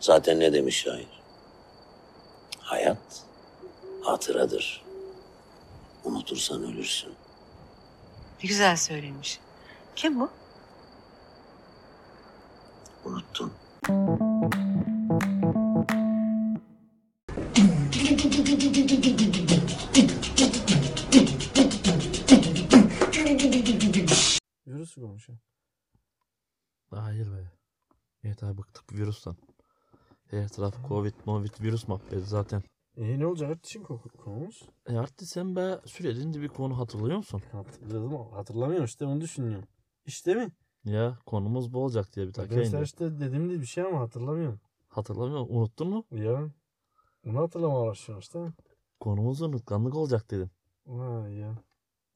Zaten ne demiş şair? Hayat hatıradır. Unutursan ölürsün. Ne güzel söylemiş. Kim bu? Unuttun. Virüs gibi olmuş ya. Hayır be. Yeter bıktık virüsten. Her taraf covid, movid, virüs muhabbeti zaten. E ne olacak artışın konumuz? E artık sen be sürecinde bir konu hatırlıyor musun? Hatırladım ama hatırlamıyorum işte onu düşünüyorum. İşte mi? Ya konumuz bu olacak diye bir dakika Arkadaşlar indi. işte dediğim gibi bir şey ama hatırlamıyorum. Hatırlamıyor musun? Unuttun mu? Ya. Bunu hatırlamaya başlıyorum işte. Konumuz unutkanlık olacak dedim. Ha ya.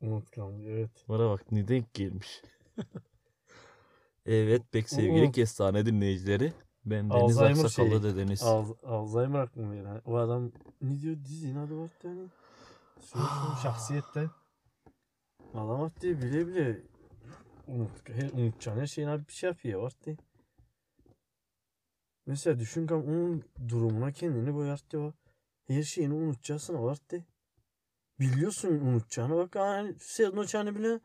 Unutkanlık evet. Bana bak ne denk gelmiş. evet pek sevgili Unut- kestane dinleyicileri. Ben Deniz Alzheimer Aksakallı şeyi. dedeniz. Al, Alzheimer aklıma yani. O adam ne diyor dizinin adı var yani. Söylüyorsun şahsiyette. Adam var diye bile bile unut, her, unutacağın her şeyin abi bir şey yapıyor var diye. Mesela düşün kam onun durumuna kendini koyar diyor. Her şeyini unutacaksın var diye. Biliyorsun unutacağını bak yani sen uçağını bile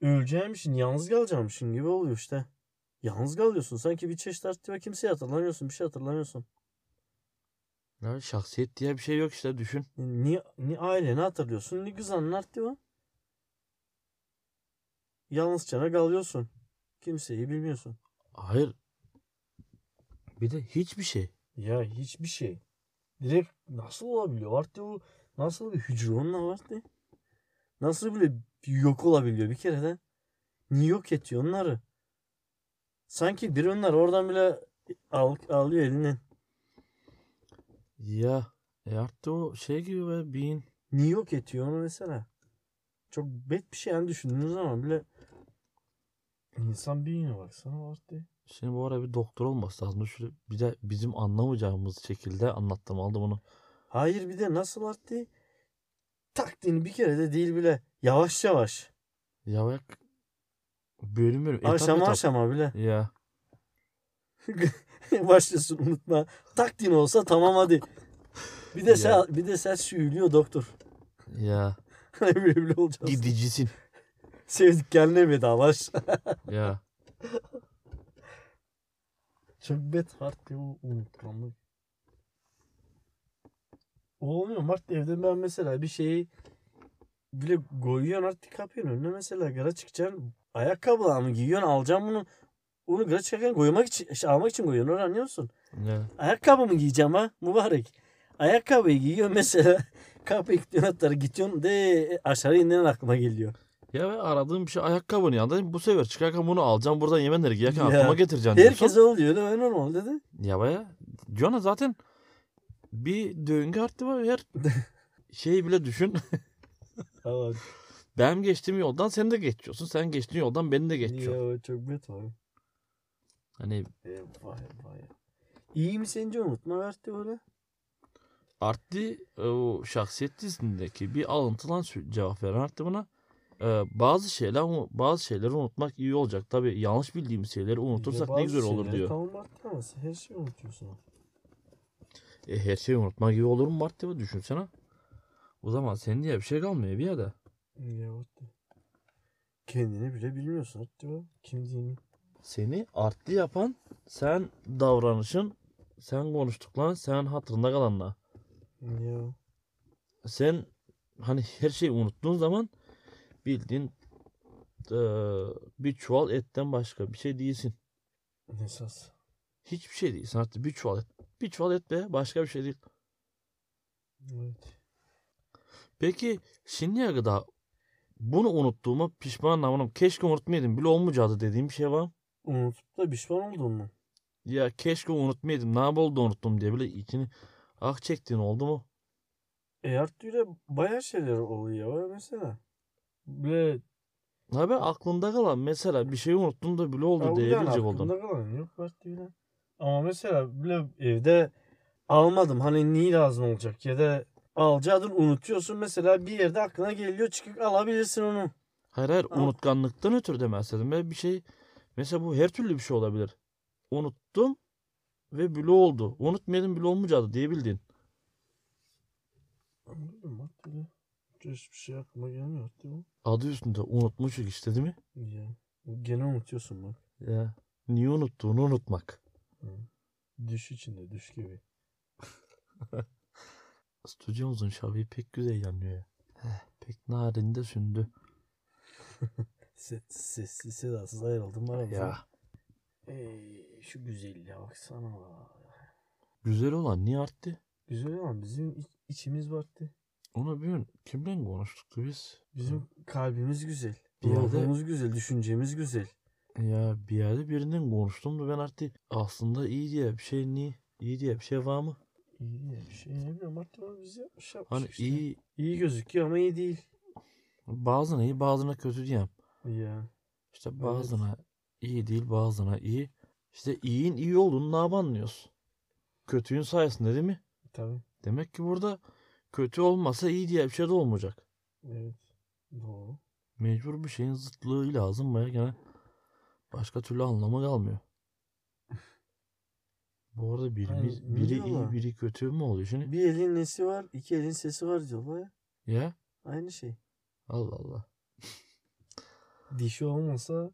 öleceğimsin yalnız kalacağımsın gibi oluyor işte. Yalnız kalıyorsun. Sanki bir çeşit artık kimseye hatırlamıyorsun. Bir şey hatırlamıyorsun. Ya şahsiyet diye bir şey yok işte düşün. Ni, ni aileni hatırlıyorsun. Ni kızanın artık o. Yalnızcana kalıyorsun. Kimseyi bilmiyorsun. Hayır. Bir de hiçbir şey. Ya hiçbir şey. Direkt nasıl olabiliyor? Artık o nasıl bir hücre onunla var diye. Nasıl bile yok olabiliyor bir kere de. Niye yok ediyor onları? Sanki bir onlar oradan bile al, alıyor elinden. Ya e artık o şey gibi be beyin. Niye yok ediyor onu mesela? Çok bet bir şey yani düşündüğünüz zaman bile insan beynine baksana var diye. Şimdi bu ara bir doktor olması lazım. Şöyle bir de bizim anlamayacağımız şekilde anlattım aldı bunu. Hayır bir de nasıl var diye taktiğini bir kere de değil bile yavaş yavaş Ya bak bölüm bölüm etap aşama etap. aşama bile Ya başlıyorsun unutma. Taktiğin olsa tamam hadi. Bir de Ya. sen bir de sen söylüyor doktor. ya Hani böyle bile olacağız. gidicisin. Sevdik kendine vedalaş. ya Çok bet hard diye bu unutkanlık. Olmuyor Mart evde ben mesela bir şeyi bile koyuyorsun artık kapının önüne mesela gara çıkacaksın ayakkabılarımı giyiyorsun alacaksın bunu onu gara çıkarken koymak için işte almak için koyuyorsun onu anlıyor musun? ya Ayakkabımı giyeceğim ha mübarek. Ayakkabıyı giyiyorsun mesela kapıyı kilitliyorsun hatta gidiyorsun de aşağı inen aklıma geliyor. ya ben aradığım bir şey ayakkabının yanında bu sefer çıkarken bunu alacağım buradan yemenleri giyerken Ya. aklıma getireceğim diyorsun. Herkese oluyor değil mi? normal dedi. Ya baya Diyorsun ya zaten bir döngü arttı var her şey bile düşün. Ama Benim geçtiğim yoldan sen de geçiyorsun. Sen geçtiğin yoldan beni de geçiyorsun. ya, çok bet var. Hani E, vay vay. İyi mi sence unutma verdi böyle? Artti e, o şahsiyet dizisindeki bir alıntılan sü- cevap veren Artti buna e, bazı şeyler u- bazı şeyleri unutmak iyi olacak. Tabii yanlış bildiğimiz şeyleri unutursak Ya ne bazı güzel olur şeyleri diyor. Tamam Arttı ama sen her şeyi unutuyorsun. E, her şeyi unutmak iyi olur mu Artti bu düşünsene. O zaman senin diye bir şey kalmıyor bir yerde. Ya Arttı. Kendini bile bilmiyorsun Arttı be. Kimliğini. Seni Artti yapan sen davranışın, sen konuştukların, sen hatırında kalanla. Ya. Sen hani her şeyi unuttuğun zaman bildiğin e, bir çuval etten başka bir şey değilsin. Esas. Hiçbir şey değil. Sanatçı bir çuval et. Bir çuval et be. Başka bir şey değil. Evet. Peki şimdiye kadar bunu unuttuğuma pişman davranım. Keşke unutmayaydım. Bile olmayacaktı dediğim bir şey var. mı? Unutup da pişman oldun mu? Ya keşke unutmayaydım. Ne yapalım da unuttum diye bile içini ah çektiğin oldu mu? E Arttı bayağı şeyler oluyor ya mesela. Böyle Ha be aklında kalan mesela bir şeyi unuttum da bile oldu diye Harbiden bilecek aklımda oldum. kalan yok Mert bile. Ama mesela bile evde almadım hani niye lazım olacak ya da alacaktın unutuyorsun mesela bir yerde aklına geliyor çıkıp alabilirsin onu. Hayır hayır Ama- unutkanlıktan ötürü demezdim. Ben bir şey mesela bu her türlü bir şey olabilir. Unuttum ve bloğu oldu. Unutmayalım bloğu olmayacaktı diyebildin. Anladım bak böyle. Hiçbir şey aklıma gelmiyor değil mi? Adı üstünde unutmuşuk işte değil mi? Ya. Gene unutuyorsun bak. Ya. Niye unuttuğunu unutmak. Düş içinde düş gibi. Stüdyomuzun şabeyi pek güzel yanıyor ya. Heh, pek narin de sündü. Ses, sessiz sedasız ayrıldım var Ya. Ey, şu güzelliğe baksana. Güzel olan niye arttı? Güzel ama bizim iç- içimiz vardı. Onu bir gün kimden konuştuk biz? Bizim kalbimiz güzel. Bir yerde- Ruhumuz güzel, düşüncemiz güzel. Ya bir yerde birinden konuştum da ben artık aslında iyi diye bir şey ni iyi diye bir şey var mı? İyi diye bir şey ne bileyim artık onu biz yapmış yapmış Hani işte. iyi İyi gözüküyor ama iyi değil. bazına iyi bazına kötü diyem. Ya. İşte bazına iyi değil bazına iyi. İşte iyiyin iyi olduğunu ne anlıyoruz? Kötüyün sayesinde değil mi? Tabii. Demek ki burada kötü olmasa iyi diye bir şey de olmayacak. Evet. Doğru. Mecbur bir şeyin zıtlığı lazım baya gene başka türlü anlamı kalmıyor. Bu arada biri, Hani bir- biri iyi biliyorlar. biri kötü mü oluyor şimdi? Bir elin nesi var, iki elin sesi var diyorlar ya. Ya Aynı şey. Allah Allah. Dişi olmasa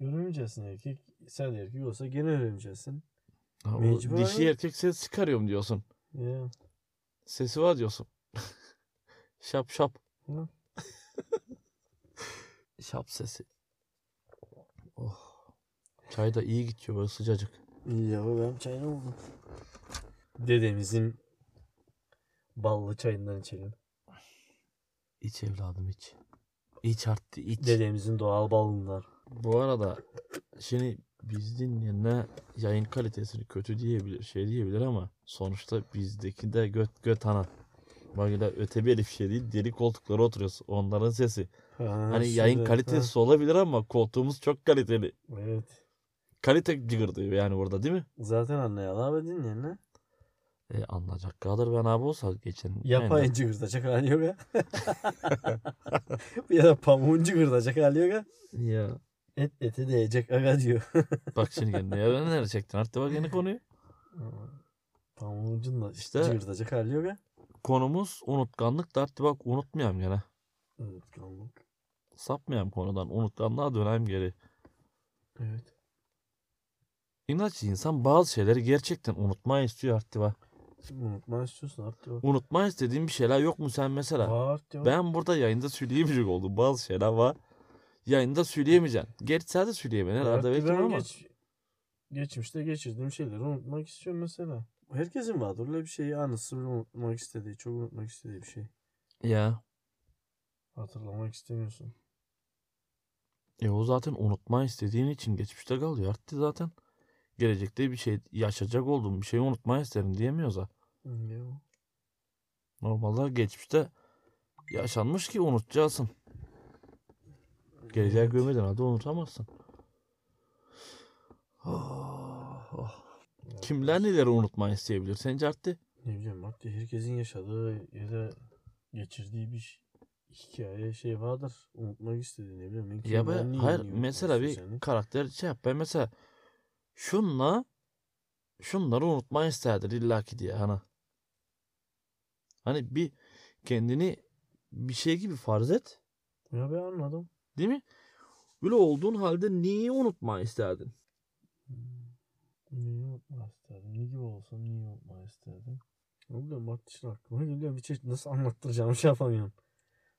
göremeyeceksin erkek. Sen de erkek olsa gene öğreneceksin. Ha, o Mecbur dişi abi. erkek ses çıkarıyorum diyorsun. Ya. Sesi var diyorsun. şap şap. Hı. şap sesi. Oh. Çay da iyi gidiyor böyle sıcacık. Ya ben çayını buldum. Dedemizin ballı çayından içelim. İç evladım iç. İç arttı iç. Dedemizin doğal balından. Bu arada şimdi biz dinleyenler yayın kalitesini kötü diyebilir, şey diyebilir ama sonuçta bizdeki de göt göt ana. Bak öyle öte bir herif şey değil, deri koltuklara oturuyoruz. Onların sesi. Hani yayın kalitesi olabilir ama koltuğumuz çok kaliteli. Evet. Kalite cıgırdıyor yani burada değil mi? Zaten anlayalı abi dinleyen ne? E, anlayacak kadar ben abi olsak geçen. Yapay Yani cıgırtacak hali yok ya. ya da pamuğun cıgırtacak hali yok ya. Ya. Et ete değecek aga diyor. Bak şimdi kendine ya ben nereye çektin artık bak yeni konuyu. Pamuğun da İşte- işte cıgırtacak hali yok ya. Konumuz unutkanlık da artık bak unutmayayım gene. Unutkanlık. Sapmayayım konudan unutkanlığa döneyim geri. Evet. İnatçı insan bazı şeyleri gerçekten unutmayı istiyor artık bak. Unutma istiyorsun artık. yok. Unutmayı istediğin bir şeyler yok mu sen mesela? Var diyor. Ben burada yayında söyleyemeyecek oldum. Bazı şeyler var. Yayında söyleyemeyeceğim. Geç sen de söyleyemedin herhalde Artık belki ben ama. geç- geçmişte geçirdiğim şeyleri unutmak istiyorum mesela. Herkesin vardır öyle bir şeyi anısı bile unutmak istediği, çok unutmak istediği bir şey. Ya. Hatırlamak istemiyorsun. E o zaten unutmayı istediğin için geçmişte kalıyor. Artık zaten gelecekte bir şey yaşayacak olduğum bir şeyi unutmayı isterim diyemiyoruz ha. Ne o? Normalde geçmişte yaşanmış ki unutacaksın. Geleceğe Evet. gömeden halde unutamazsın. Ah, ah. Yani Kimler neleri unutmayı isteyebilir sence Artti? Ne bileyim bak diye herkesin yaşadığı ya da geçirdiği bir ş- hikaye şey vardır. Unutmak istediği ne bileyim. Ben Ya ben, kimden neyi hayır unutmak mesela bir istiyorsun yani? karakter şey yap. Ben mesela şunla şunları unutmayı isterdim illaki diye hani. Hani bir kendini bir şey gibi farz et. Ya ben anladım. Değil mi? Böyle olduğun halde neyi unutmayı isterdin? Hmm. Neyi unutmak isterdim? Ne gibi olsam neyi unutmak isterdim? Ne bileyim bak işte aklıma geliyor. Bir şey nasıl anlattıracağımı şey yapamıyorum.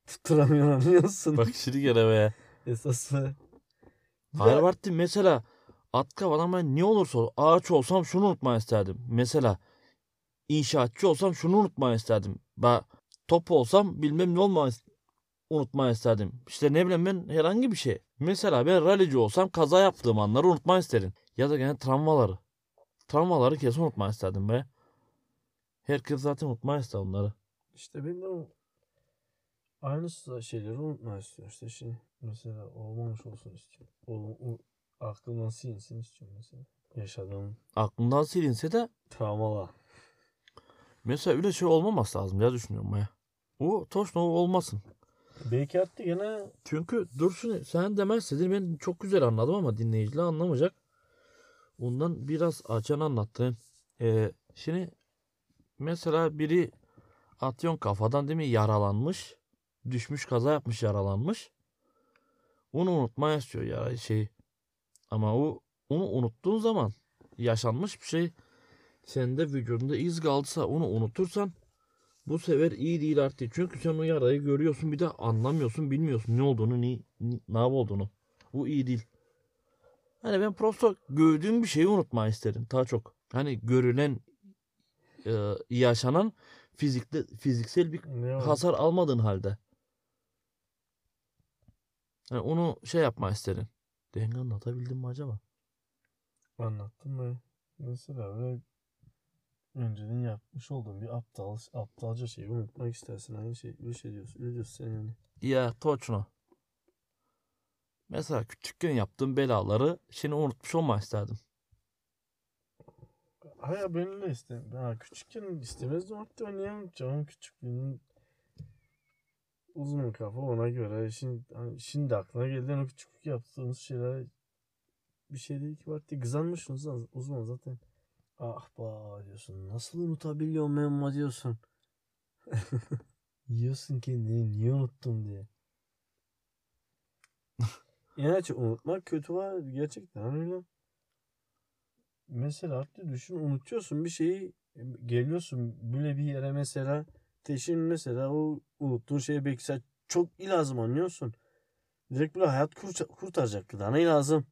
Tutturamıyorum anlıyorsun. Bak şimdi gene be. Esası. Bir Hayır de- Bartu, mesela at kafadan ben ne olursa ol- ağaç olsam şunu unutmayı isterdim. Mesela inşaatçı olsam şunu unutmayı isterdim. Ben top olsam bilmem ne olmayı is- unutmayı isterdim. İşte ne bileyim ben herhangi bir şey. Mesela ben rallici olsam kaza yaptığım anları unutmayı isterim. Ya da gene travmaları. Travmaları kesin unutmayı isterdim be. Herkes zaten unutmayı ister onları. İşte ben de o aynı sıra şeyleri unutmak istiyorum. İşte şey mesela olmamış olsun istiyorum. Ol, u- aklımdan silinsin istiyorum mesela. Yaşadığım Aklından silinse de travmalar. mesela öyle şey olmaması lazım ya düşünüyorum ben. O Toşno olmasın. Belki hatta gene Çünkü dur şimdi sen demezsin ben çok güzel anladım ama dinleyiciler anlamayacak. Ondan biraz açan anlattım. Ee, şimdi mesela biri atyon kafadan değil mi yaralanmış. Düşmüş kaza yapmış yaralanmış. Onu unutmaya istiyor ya şey. Ama o onu unuttuğun zaman yaşanmış bir şey sende vücudunda iz kaldıysa onu unutursan bu sefer iyi değil artık. Çünkü sen o yarayı görüyorsun bir de anlamıyorsun bilmiyorsun ne olduğunu ni, ni- ne yap olduğunu. Bu iyi değil. Hani ben prosto gördüğüm bir şeyi unutmayı isterim daha çok. Hani görülen e, yaşanan fizikte fiziksel bir Ne var? hasar almadığın halde. Yani onu şey yapma isterim. Denge anlatabildim mi acaba? Anlattım ve mesela böyle önceden yapmış olduğum bir aptal, aptalca şeyi unutmak istersin. Aynı şey, öyle şey diyorsun, öyle diyorsun sen yani. Ya Toçno. Mesela küçükken yaptığım belaları şimdi unutmuş olma isterdim. Hayır ben de istem. Ha, küçükken istemezdim hatta oynayamam. Canım küçük benim uzun kafa ona göre. Şimdi, hani şimdi aklına gelen o küçüklük yaptığımız şeyler bir şey değil ki var diye kızanmışsın uzman, uzman zaten. Ah ba diyorsun. Nasıl unutabiliyorum ben ama diyorsun. Yiyorsun kendini niye unuttum diye. Yani unutmak kötü var gerçekten öyle mesela artık düşün unutuyorsun bir şeyi geliyorsun böyle bir yere mesela teşin mesela o unuttuğun şeye belki sen çok iyi lazım anlıyorsun. Direkt böyle hayat kurta- kurtaracak bir tane lazım.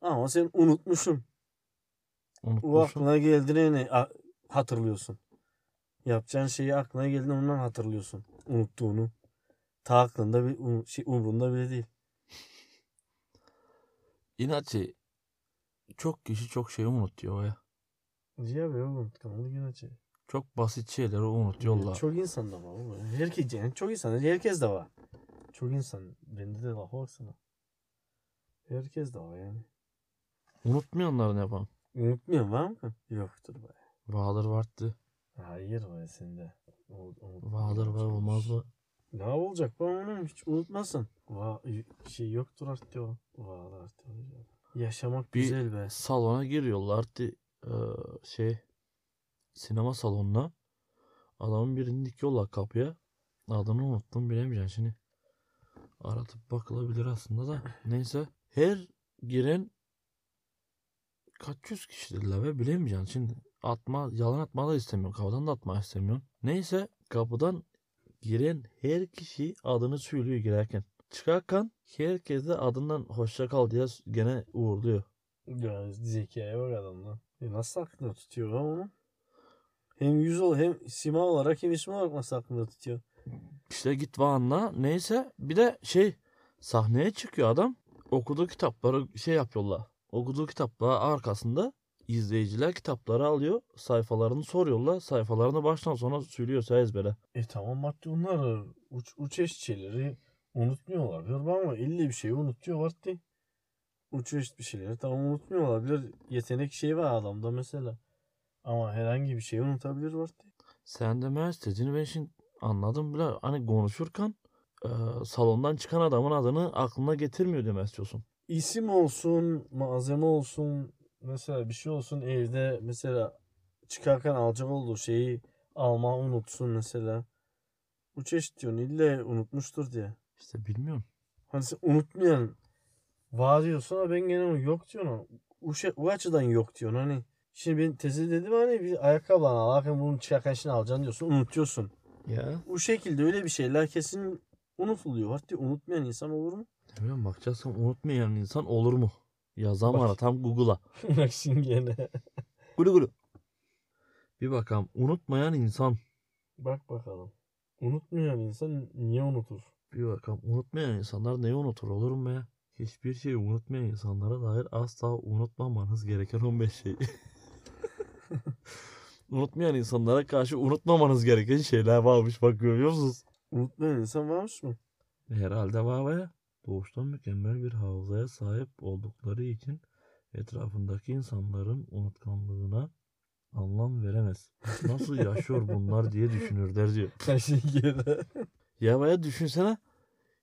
Ama sen unutmuşsun. O Unutmuşum. aklına geldiğini a- hatırlıyorsun. Yapacağın şeyi aklına geldiğini ondan hatırlıyorsun. Unuttuğunu. Ta aklında bir un- şey umurunda bile değil. İnaçi çok kişi çok şeyi unutuyor ya. Diye be oğlum kanalı gene açıyor. Çok basit şeyleri unutuyorlar. Çok insan da var. oğlum. Herkes yani çok insan. Herkes de var. Çok insan. Bende de lafa baksana. Herkes de var yani. Unutmayanlar ne yapalım? Unutmuyor var mı? Yoktur be. Vardır vardı. Hayır be sende. Ol- unutmuyor Vardır var olacak. olmaz mı? Ne olacak be oğlum hiç unutmasın. Va şey yoktur artık o. Valla artık. Yaşamak Bir- güzel be. salona giriyorlar di, e, şey sinema salonuna. Adamın birini dikiyorlar kapıya. Adını unuttum bilemeyeceğim şimdi. Aratıp bakılabilir aslında da. Neyse. Her giren kaç yüz kişidirler ve bilemeyeceğim şimdi. Atma, yalan atma da istemiyorum. Kapıdan da atma istemiyorum. Neyse kapıdan giren her kişi adını söylüyor girerken. Çıkarken herkes de adından hoşça kal diye gene uğurluyor. Ya zekaya bak adamda. E nasıl aklında tutuyor lan onu? Hem yüz ol hem sima olarak hem isim olarak nasıl aklında tutuyor? İşte git Van'la neyse bir de şey sahneye çıkıyor adam okuduğu kitapları şey yapıyorlar. Okuduğu kitapları arkasında izleyiciler kitapları alıyor sayfalarını soruyorlar sayfalarını baştan sona söylüyorsa ezbere. E tamam maddi onlar uç, uç eşçileri unutmuyorlar diyorum ama illa bir şeyi unutuyor Vartti. Uç eş bir şeyleri tamam unutmuyorlar. Bir yetenek şeyi var adamda mesela. Ama herhangi bir şeyi unutabilir Vartti. Sen de meğerse dediğini ben şimdi anladım bile hani konuşurken e, salondan çıkan adamın adını aklına getirmiyor demek istiyorsun. İsim olsun, malzeme olsun, mesela bir şey olsun evde mesela çıkarken alacak olduğu şeyi alma unutsun mesela. Uç eş diyorsun illa unutmuştur diye. İşte bilmiyorum. Hani sen unutmayan var diyorsun ama ben gene onu yok diyorum. O, şey, o açıdan yok diyorsun hani. Şimdi ben teze dedim hani bir ayakkabı al alırken bunun çıkarken şimdi alacaksın diyorsun unutuyorsun. Ya. O şekilde öyle bir şeyler kesin unutuluyor. Hatta unutmayan insan olur mu? Bilmiyorum bakacaksın unutmayan insan olur mu? Yazan Bak. bana tam Google'a. Bak şimdi gene. Gulu gulu. Bir bakalım. Unutmayan insan. Bak bakalım. Unutmayan insan niye unutur? Bir bakalım. Unutmayan insanlar neyi unutur olur mu ya? Hiçbir şeyi unutmayan insanlara dair asla unutmamanız gereken 15 şey. unutmayan insanlara karşı unutmamanız gereken şeyler varmış. Bak görüyor musunuz? Unutmayan insan varmış mı? Herhalde var be. Doğuştan mükemmel bir hafızaya sahip oldukları için etrafındaki insanların unutkanlığına anlam veremez. Nasıl yaşıyor bunlar diye düşünürler diyor. Her şey gene. Ya baya düşünsene.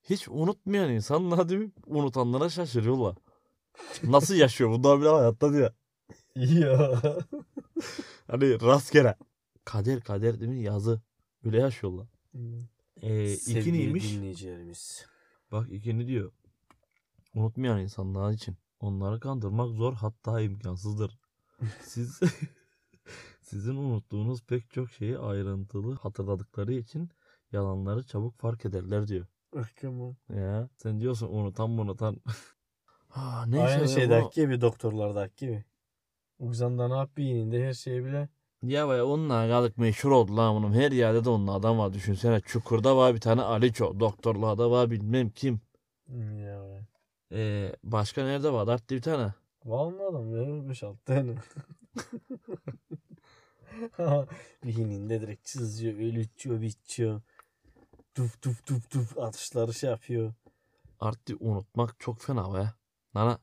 Hiç unutmayan insanlar değil mi? Unutanlara şaşırıyorlar. Nasıl yaşıyor bunlar bile hayatta diye. Ya. Hani rastgele. Kader kader değil mi? Yazı. Öyle yaş yolla. Ee, iki Hmm. Sevgili neymiş? dinleyicilerimiz. Bak ikini diyor. Unutmayan insanlar için. Onları kandırmak zor hatta imkansızdır. Siz sizin unuttuğunuz pek çok şeyi ayrıntılı hatırladıkları için yalanları çabuk fark ederler diyor. Bakın Ya sen diyorsun unutan unutan. ha, neyse Aynı ya şeydeki bunu- gibi doktorlardaki gibi. Uzandan abiyinde her şeye bile Ya be onunla kaldık meşhur oldu lan bunun. Her yerde de onun adam var. Düşünsene Çukur'da var bir tane Aliço. Doktorluğa da var bilmem kim. Hmm, ya be. Ee, başka nerede var? Dert diye bir tane. Vallahi adam ya 5 6 tane. Beyninde direkt çiziyor, ölütüyor, bitiyor. Tuf tuf tuf tuf atışları şey yapıyor. Artık unutmak çok fena be. Nana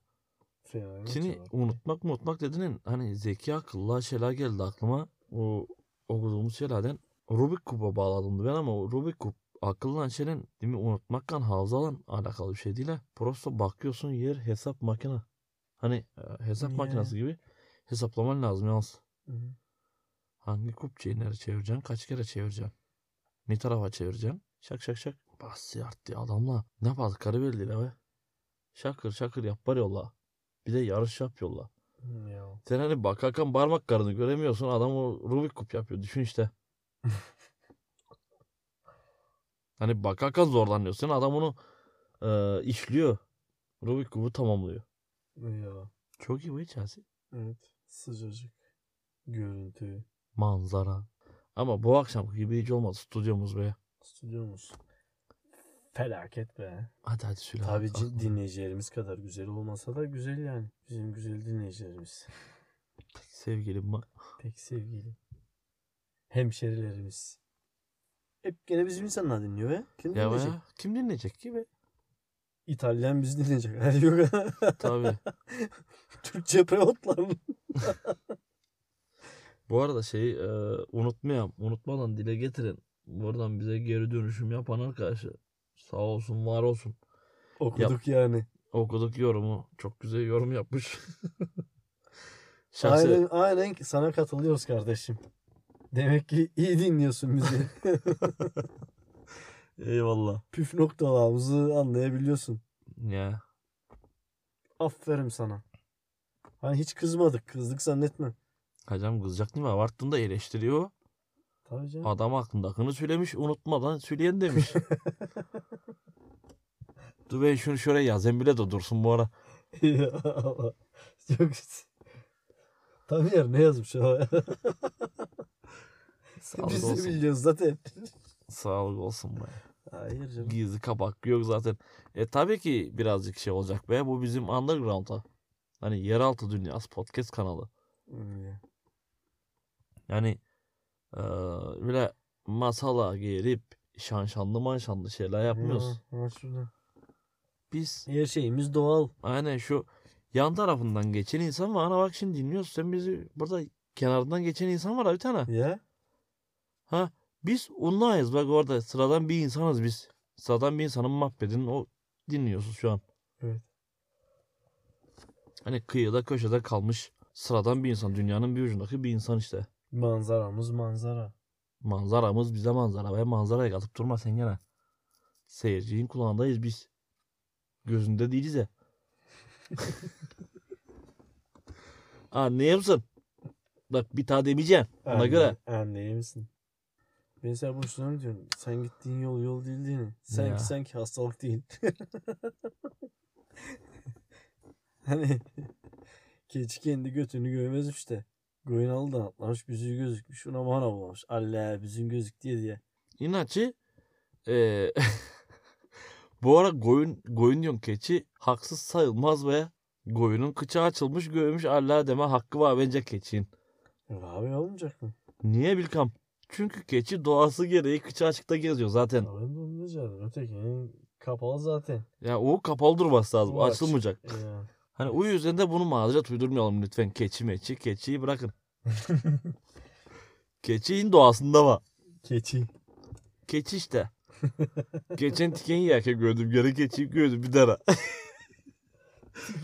Fena bir şimdi cevap. unutmak unutmak dedin hani zeki akıllı şeyler geldi aklıma. O okuduğumuz şeylerden Rubik Kuba bağladım ben ama o Rubik Kub akıllan şeyden değil mi unutmakla hafızalan alakalı bir şey değil ha. Prosto bakıyorsun yer hesap makine. Hani e, hesap Niye? makinesi gibi hesaplaman lazım yalnız. Hı hı. Hangi kupçayı nereye çevireceksin? Kaç kere çevireceksin? Ne tarafa çevireceksin? Şak şak şak. Bahsi arttı adamla. Ne yapalım belli la be. Şakır şakır yap bari yolla. Bir de yarış yap yolla. Hı, Hmm, Ya. Sen hani bakarken parmak karını göremiyorsun. Adam o Rubik kup yapıyor. Düşün işte. hani bakarken zorlanıyorsun. Adam onu e, işliyor. Rubik kubu tamamlıyor. Ya. Çok iyi bu Chelsea. Evet. Sıcacık görüntü. Manzara. Ama bu akşamki gibi hiç olmadı stüdyomuz be. Stüdyomuz. Felaket be. Hadi hadi Sülo. Tabii ki dinleyicilerimiz kadar güzel olmasa da güzel yani. Bizim güzel dinleyicilerimiz. Sevgilim var. Pek sevgili. Hemşerilerimiz. Hep gene bizim insanlar dinliyor be. Kim Ya dinleyecek? be, kim dinleyecek ki be? İtalyan bizi dinleyecek. Her yok. Tabii. Türkçe prevotlar mı? Bu arada şeyi e, unutmayalım. Unutmadan dile getirin. Buradan bize geri dönüşüm yapan arkadaşlar. Sağ olsun var olsun. Okuduk yani. Okuduk yorumu. Çok güzel yorum yapmış. Şahsen Aynen, aynen ki sana katılıyoruz kardeşim. Demek ki iyi dinliyorsun bizi. eyvallah. Püf noktalarımızı anlayabiliyorsun. Ya. Aferin sana. Hani hiç kızmadık. Kızdık zannetme. Hocam kızacak değil mi? Abarttığında eleştiriyor. Tabii canım. Adam aklındakını söylemiş. Unutmadan söyleyen demiş. Dur ben şunu şöyle yazayım bile de dursun bu ara. Ya Allah. Çok Tam yer ne yazmış o? Sağlık Biz de olsun. biliyoruz zaten. Sağlık olsun be. Hayır canım. gizli kabak yok zaten. E tabii ki birazcık şey olacak be. Bu bizim underground'a. Hani yeraltı dünyası podcast kanalı. Öyle. Yani e, böyle masala gelip şanşanlı manşanlı şeyler yapmıyoruz. Ya, ha şurada. Biz Her şeyimiz doğal. aynen şu yan tarafından geçen insan var. Ana bak şimdi dinliyorsun. Sen bizi burada kenarından geçen insan var ha bir tane. Ya. Ha biz onlayız. Bak orada sıradan bir insanız biz. Sıradan bir insanın mahvedini o dinliyorsunuz şu an. Evet. Hani kıyıda köşede kalmış sıradan bir insan. Dünyanın bir ucundaki bir insan işte. Manzaramız manzara. Manzaramız bize manzara. Ve manzaraya katıp durma sen gene. Seyircinin kulağındayız biz. Gözünde değiliz ya. Anlıyor musun? Bak bir tane demeyeceğim. Ona Anne- göre. Anne iyi misin? Ben sana boşuna mı diyorum? Sen gittiğin yol yol değil değil mi? Sanki Ya. sanki hastalık değil. hani keçi kendi götünü görmezmiş de. Goynalı'dan atlamış, büzüğü gözükmüş. Ona bana bulmuş. Allah büzüğün gözük diye diye. İnaçı eee, e, bu ara koyun, koyun diyorum keçi haksız sayılmaz ve koyunun kıçı açılmış göğmüş Allah deme hakkı var bence keçinin. E, Abi olmayacak mı? Niye Bilkam? Çünkü keçi doğası gereği kıçı açıkta geziyor zaten. Ya Ben de onu diyeceğim. Ötekinin kapalı zaten. Ya o kapalı durması lazım. O açık. açılmayacak. Ya. Hani o yüzden de bunu mazeret uydurmayalım lütfen. Keçi meçi. Keçiyi bırakın. Keçinin doğasında var. Keçi. Keçi işte. Geçen tiken yerken gördüm. Yarı keçiyi gördüm bir daha.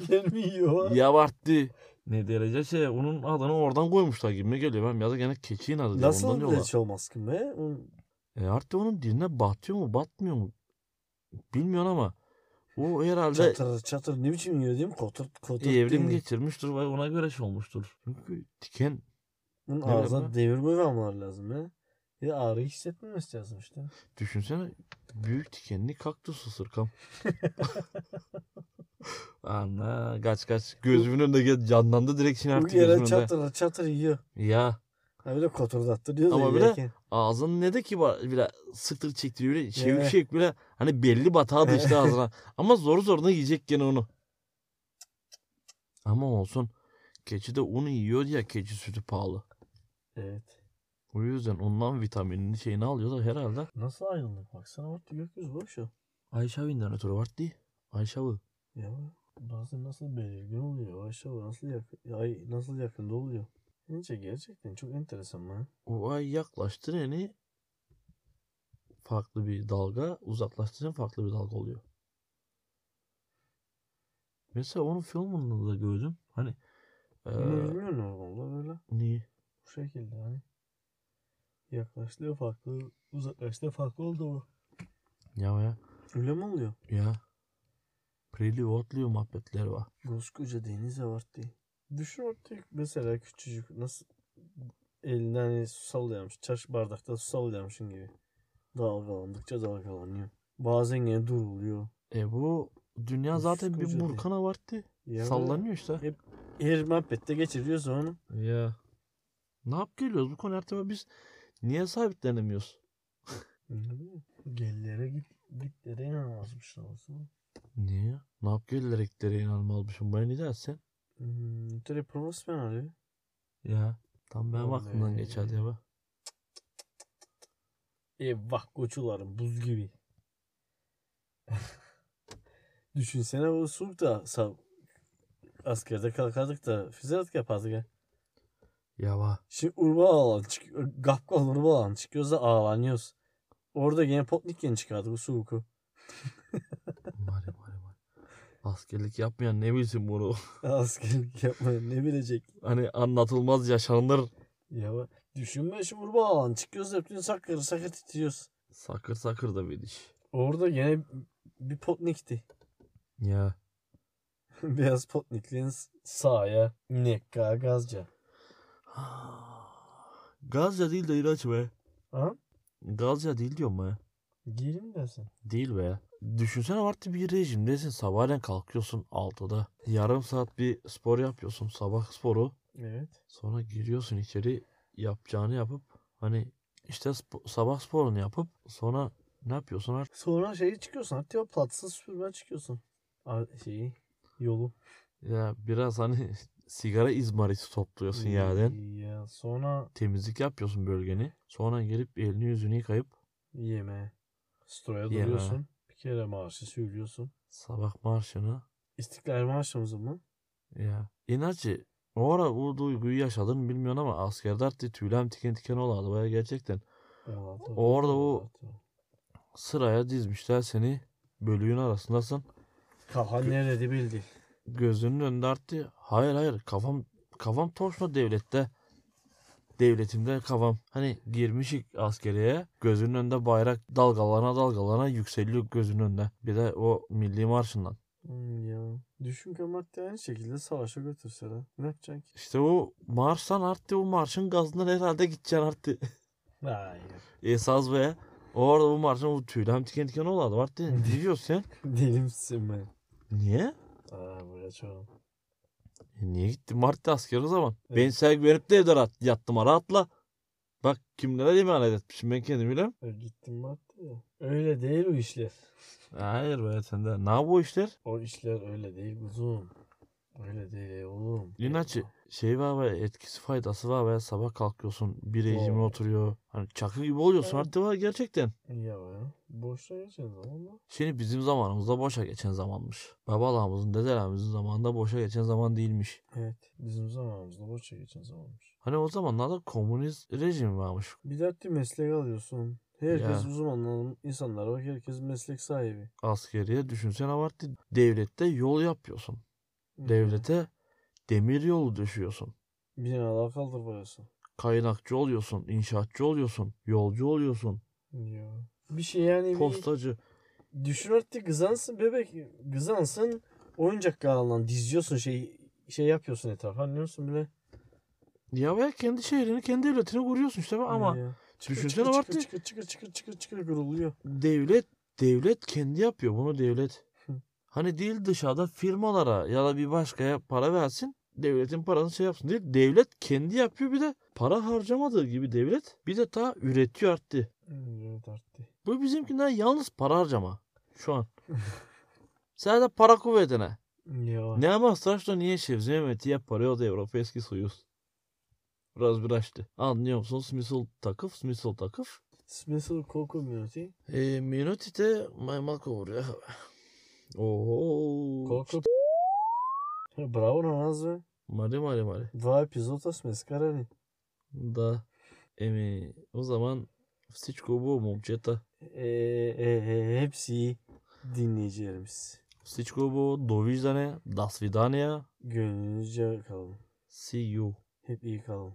Gelmiyor. Yavarttı. Ne derece şey onun adını oradan koymuşlar gibi geliyor. Ben ya da gene keçiğin adı diye ondan Nasıl diyorlar. leç olmaz ki be? Oğlum, E artık onun diline batıyor mu batmıyor mu bilmiyorum ama o herhalde Çatır çatır ne biçim yiyor değil mi? Kotur kotur. evrim değil mi? geçirmiştir ve ona göre şey olmuştur. Çünkü diken Bunun Ne bileyim ağzına ben. demir boyu almaları lazım be. Bir de ağrı hissetmemesi lazım işte. düşünsene büyük dikenli kaktüs ısırkam. Ana kaç kaç gözümün önünde gel- canlandı direkt Bu sinerti gözümün yere önünde. çatır çatır yiyor. Ya Ha bir de koturdattı diyor da Ama bir de yerken. ağzının ne de ki ba- bile sıktır çektiriyor bile çevik Evet. çevik bile hani belli batağı işte Evet. ağzına. Ama zor zoruna yiyecek gene onu. Ama olsun. Keçi de unu yiyor ya keçi sütü pahalı. Evet. O yüzden ondan vitaminini şeyini alıyor da herhalde. Nasıl ayrıldık? Baksana orta gökyüzü boş ya. Ayşe abi internetörü var değil. Ayşe abi. Ya bazen nasıl belirgin oluyor? Aşağı nasıl yakın, ay nasıl yakında oluyor? Bence gerçekten çok enteresan ha. O ay yaklaştıreni farklı bir dalga uzaklaştıran farklı bir dalga oluyor. Mesela onun filminde da gördüm. Hani Bunu eee bilmiyor normalde böyle. niye? Bu şekilde hani. Yaklaştığı farklı, uzaklaştığı farklı oldu mu? Ya ya. Öyle mi oluyor? Ya. Preli otluyor muhabbetleri var. Koskoca deniz abarttı. Düşün ortaya mesela küçücük nasıl elinden hani su sallayamış. Çaş bardakta su sallayamışsın gibi. Dalgalandıkça dalgalanıyor. Bazen yine duruluyor. E bu dünya Uf, zaten bir koca burkan abarttı. Ya Sallanıyor işte. Hep her muhabbette geçiriyoruz onu. Ya. Ne yap geliyoruz bu konu artık biz niye sabitlenemiyoruz? Gellere git gitlere inanmazmış olsun. Niye? Ne yap gelerek dereye inanmalmışım. Bana şey. ne dersin? Hmm, telepromosyon arıyor. Ya. Tam benim Vallahi. aklımdan geçerdi ya. be. Eyvah koçularım buz gibi. Düşünsene bu sulh da sağ, askerde kalkardık da füzelik yapardık ya. Ya va. Şimdi urba alan çıkıyor. Gapkal urba alan çıkıyoruz da ağlanıyoruz. Orada gene potnik yeni çıkardı bu suku. Mari mari mari. Askerlik yapmayan ne bilsin bunu. Askerlik yapmaya ne bilecek. hani anlatılmaz yaşanılır. Ya bak, düşünme şimdi urba alan çıkıyoruz da bütün sakır sakır titriyoruz. Sakır sakır da bir iş. Orada gene bir potnikti. Ya. Beyaz potnikliğin sahaya nekka gazca. Gazya değil de ilaç be. Ha? Gazya değil diyorum be. Giyelim dersin. Değil be. Düşünsene artık bir rejimdesin. Sabahleyin kalkıyorsun 6'da. Yarım saat bir spor yapıyorsun. Sabah sporu. Evet. Sonra giriyorsun içeri yapacağını yapıp hani işte spo- sabah sporunu yapıp sonra ne yapıyorsun artık? Sonra şeyi çıkıyorsun. Hatta o platsız süpürmen çıkıyorsun. Ar- şeyi yolu. Ya biraz hani sigara izmariti Hmm. topluyorsun yerden. Ya sonra Temizlik yapıyorsun bölgeni. Sonra gelip elini yüzünü yıkayıp yeme. Stroya Yeme. duruyorsun. Bir kere marşı söylüyorsun. sabah marşını İstiklal Marşı'mızı mı? ya. İnaçı o ara bu duyguyu yaşadın mı bilmiyorum ama askerde artık tüylem tiken tiken olardı baya gerçekten. Evet, evet, Orada o- evet. Sıraya dizmişler seni bölüğün arasındasın. Kahan nerede bildi. gözünün önünde arttı. Hayır hayır kafam kafam torşma devlette. Devletimde kafam. Hani girmişik askeriye. Gözünün önünde bayrak dalgalana dalgalana yükseliyor gözünün önünde. Bir de o milli marşından. Hmm, ya. Düşün ki madde aynı şekilde savaşa götürse de. Ne yapacaksın ki? İşte o marştan arttı. O marşın gazından herhalde gideceksin arttı. Hayır. Esas ve orada bu marşın bu tüylem tiken tiken olardı. Arttı. Ne diyorsun sen? Deli misin ben? Niye? Aa buraya çok. E niye gittim Mart'ta asker o zaman? Evet. Ben sevgi verip de evde rahat, yattım ara atla. Bak kimlere emanet etmişim ben kendimi bile. E, Gittim madde ya. Öyle değil o işler. Hayır be sen de. Ne bu işler? O işler öyle değil kuzum. Öyle değil ey oğlum. İnaçı şey var be etkisi faydası var be sabah kalkıyorsun bir rejime Oo. oturuyor. Hani çakı gibi oluyorsun Evet. artık var gerçekten. Ya be. Boşta geçen zaman da. Şimdi bizim zamanımızda boşa geçen zamanmış. Babalarımızın dedelerimizin zamanında boşa geçen zaman değilmiş. Evet. Bizim zamanımızda boşta geçen zamanmış. Hani o zamanlarda komünist rejim varmış. Bir dertli meslek alıyorsun. Herkes Ya. uzmanlanan insanlar bak herkes meslek sahibi. Askeriye düşünsene var devlette yol yapıyorsun. Hı. Devlete Demir yolu düşüyorsun. Binalar kaldır parası. Kaynakçı oluyorsun. inşaatçı oluyorsun. Yolcu oluyorsun. Ya. Bir şey yani bir Postacı. düşün artık kızansın bebek. Kızansın oyuncak kanalından diziyorsun şey şey yapıyorsun etrafa anlıyorsun bile. Ya veya kendi şehrini, kendi devletini kuruyorsun işte be ama Ya. düşünsene çıkır, Bartu. çıkır, çıkır çıkır çıkır çıkır çıkır kuruluyor. devlet devlet kendi yapıyor bunu devlet. Hı. Hani değil dışarıda firmalara ya da bir başkaya para versin. Devletin parasını şey yapsın değil. Devlet kendi yapıyor bir de para harcamadığı gibi devlet bir de daha üretiyor arttı. Evet arttı. Bu bizimkinden yalnız para harcama şu an. Sadece para kuvvetine. Ya. Ne ama straşla niye şevzemeti yapıyor da Avrupa eski soyuz. Biraz bir açtı. Anlıyor musun? Smithsonian takıf, Smithsonian takıf. Special Core Community. E, minutite maymal kovuruyor. Oho. Core Bravo na nazve. Mari mari mari. Dva epizoda sme skarali. Da. Emi o zaman Да, всичко bu момчета. E, e, e, hepsi iyi dinleyicilerimiz. Всичко bu dovizane, dasvidania, Gönlünüzce kalın. see you. Hep iyi kalın.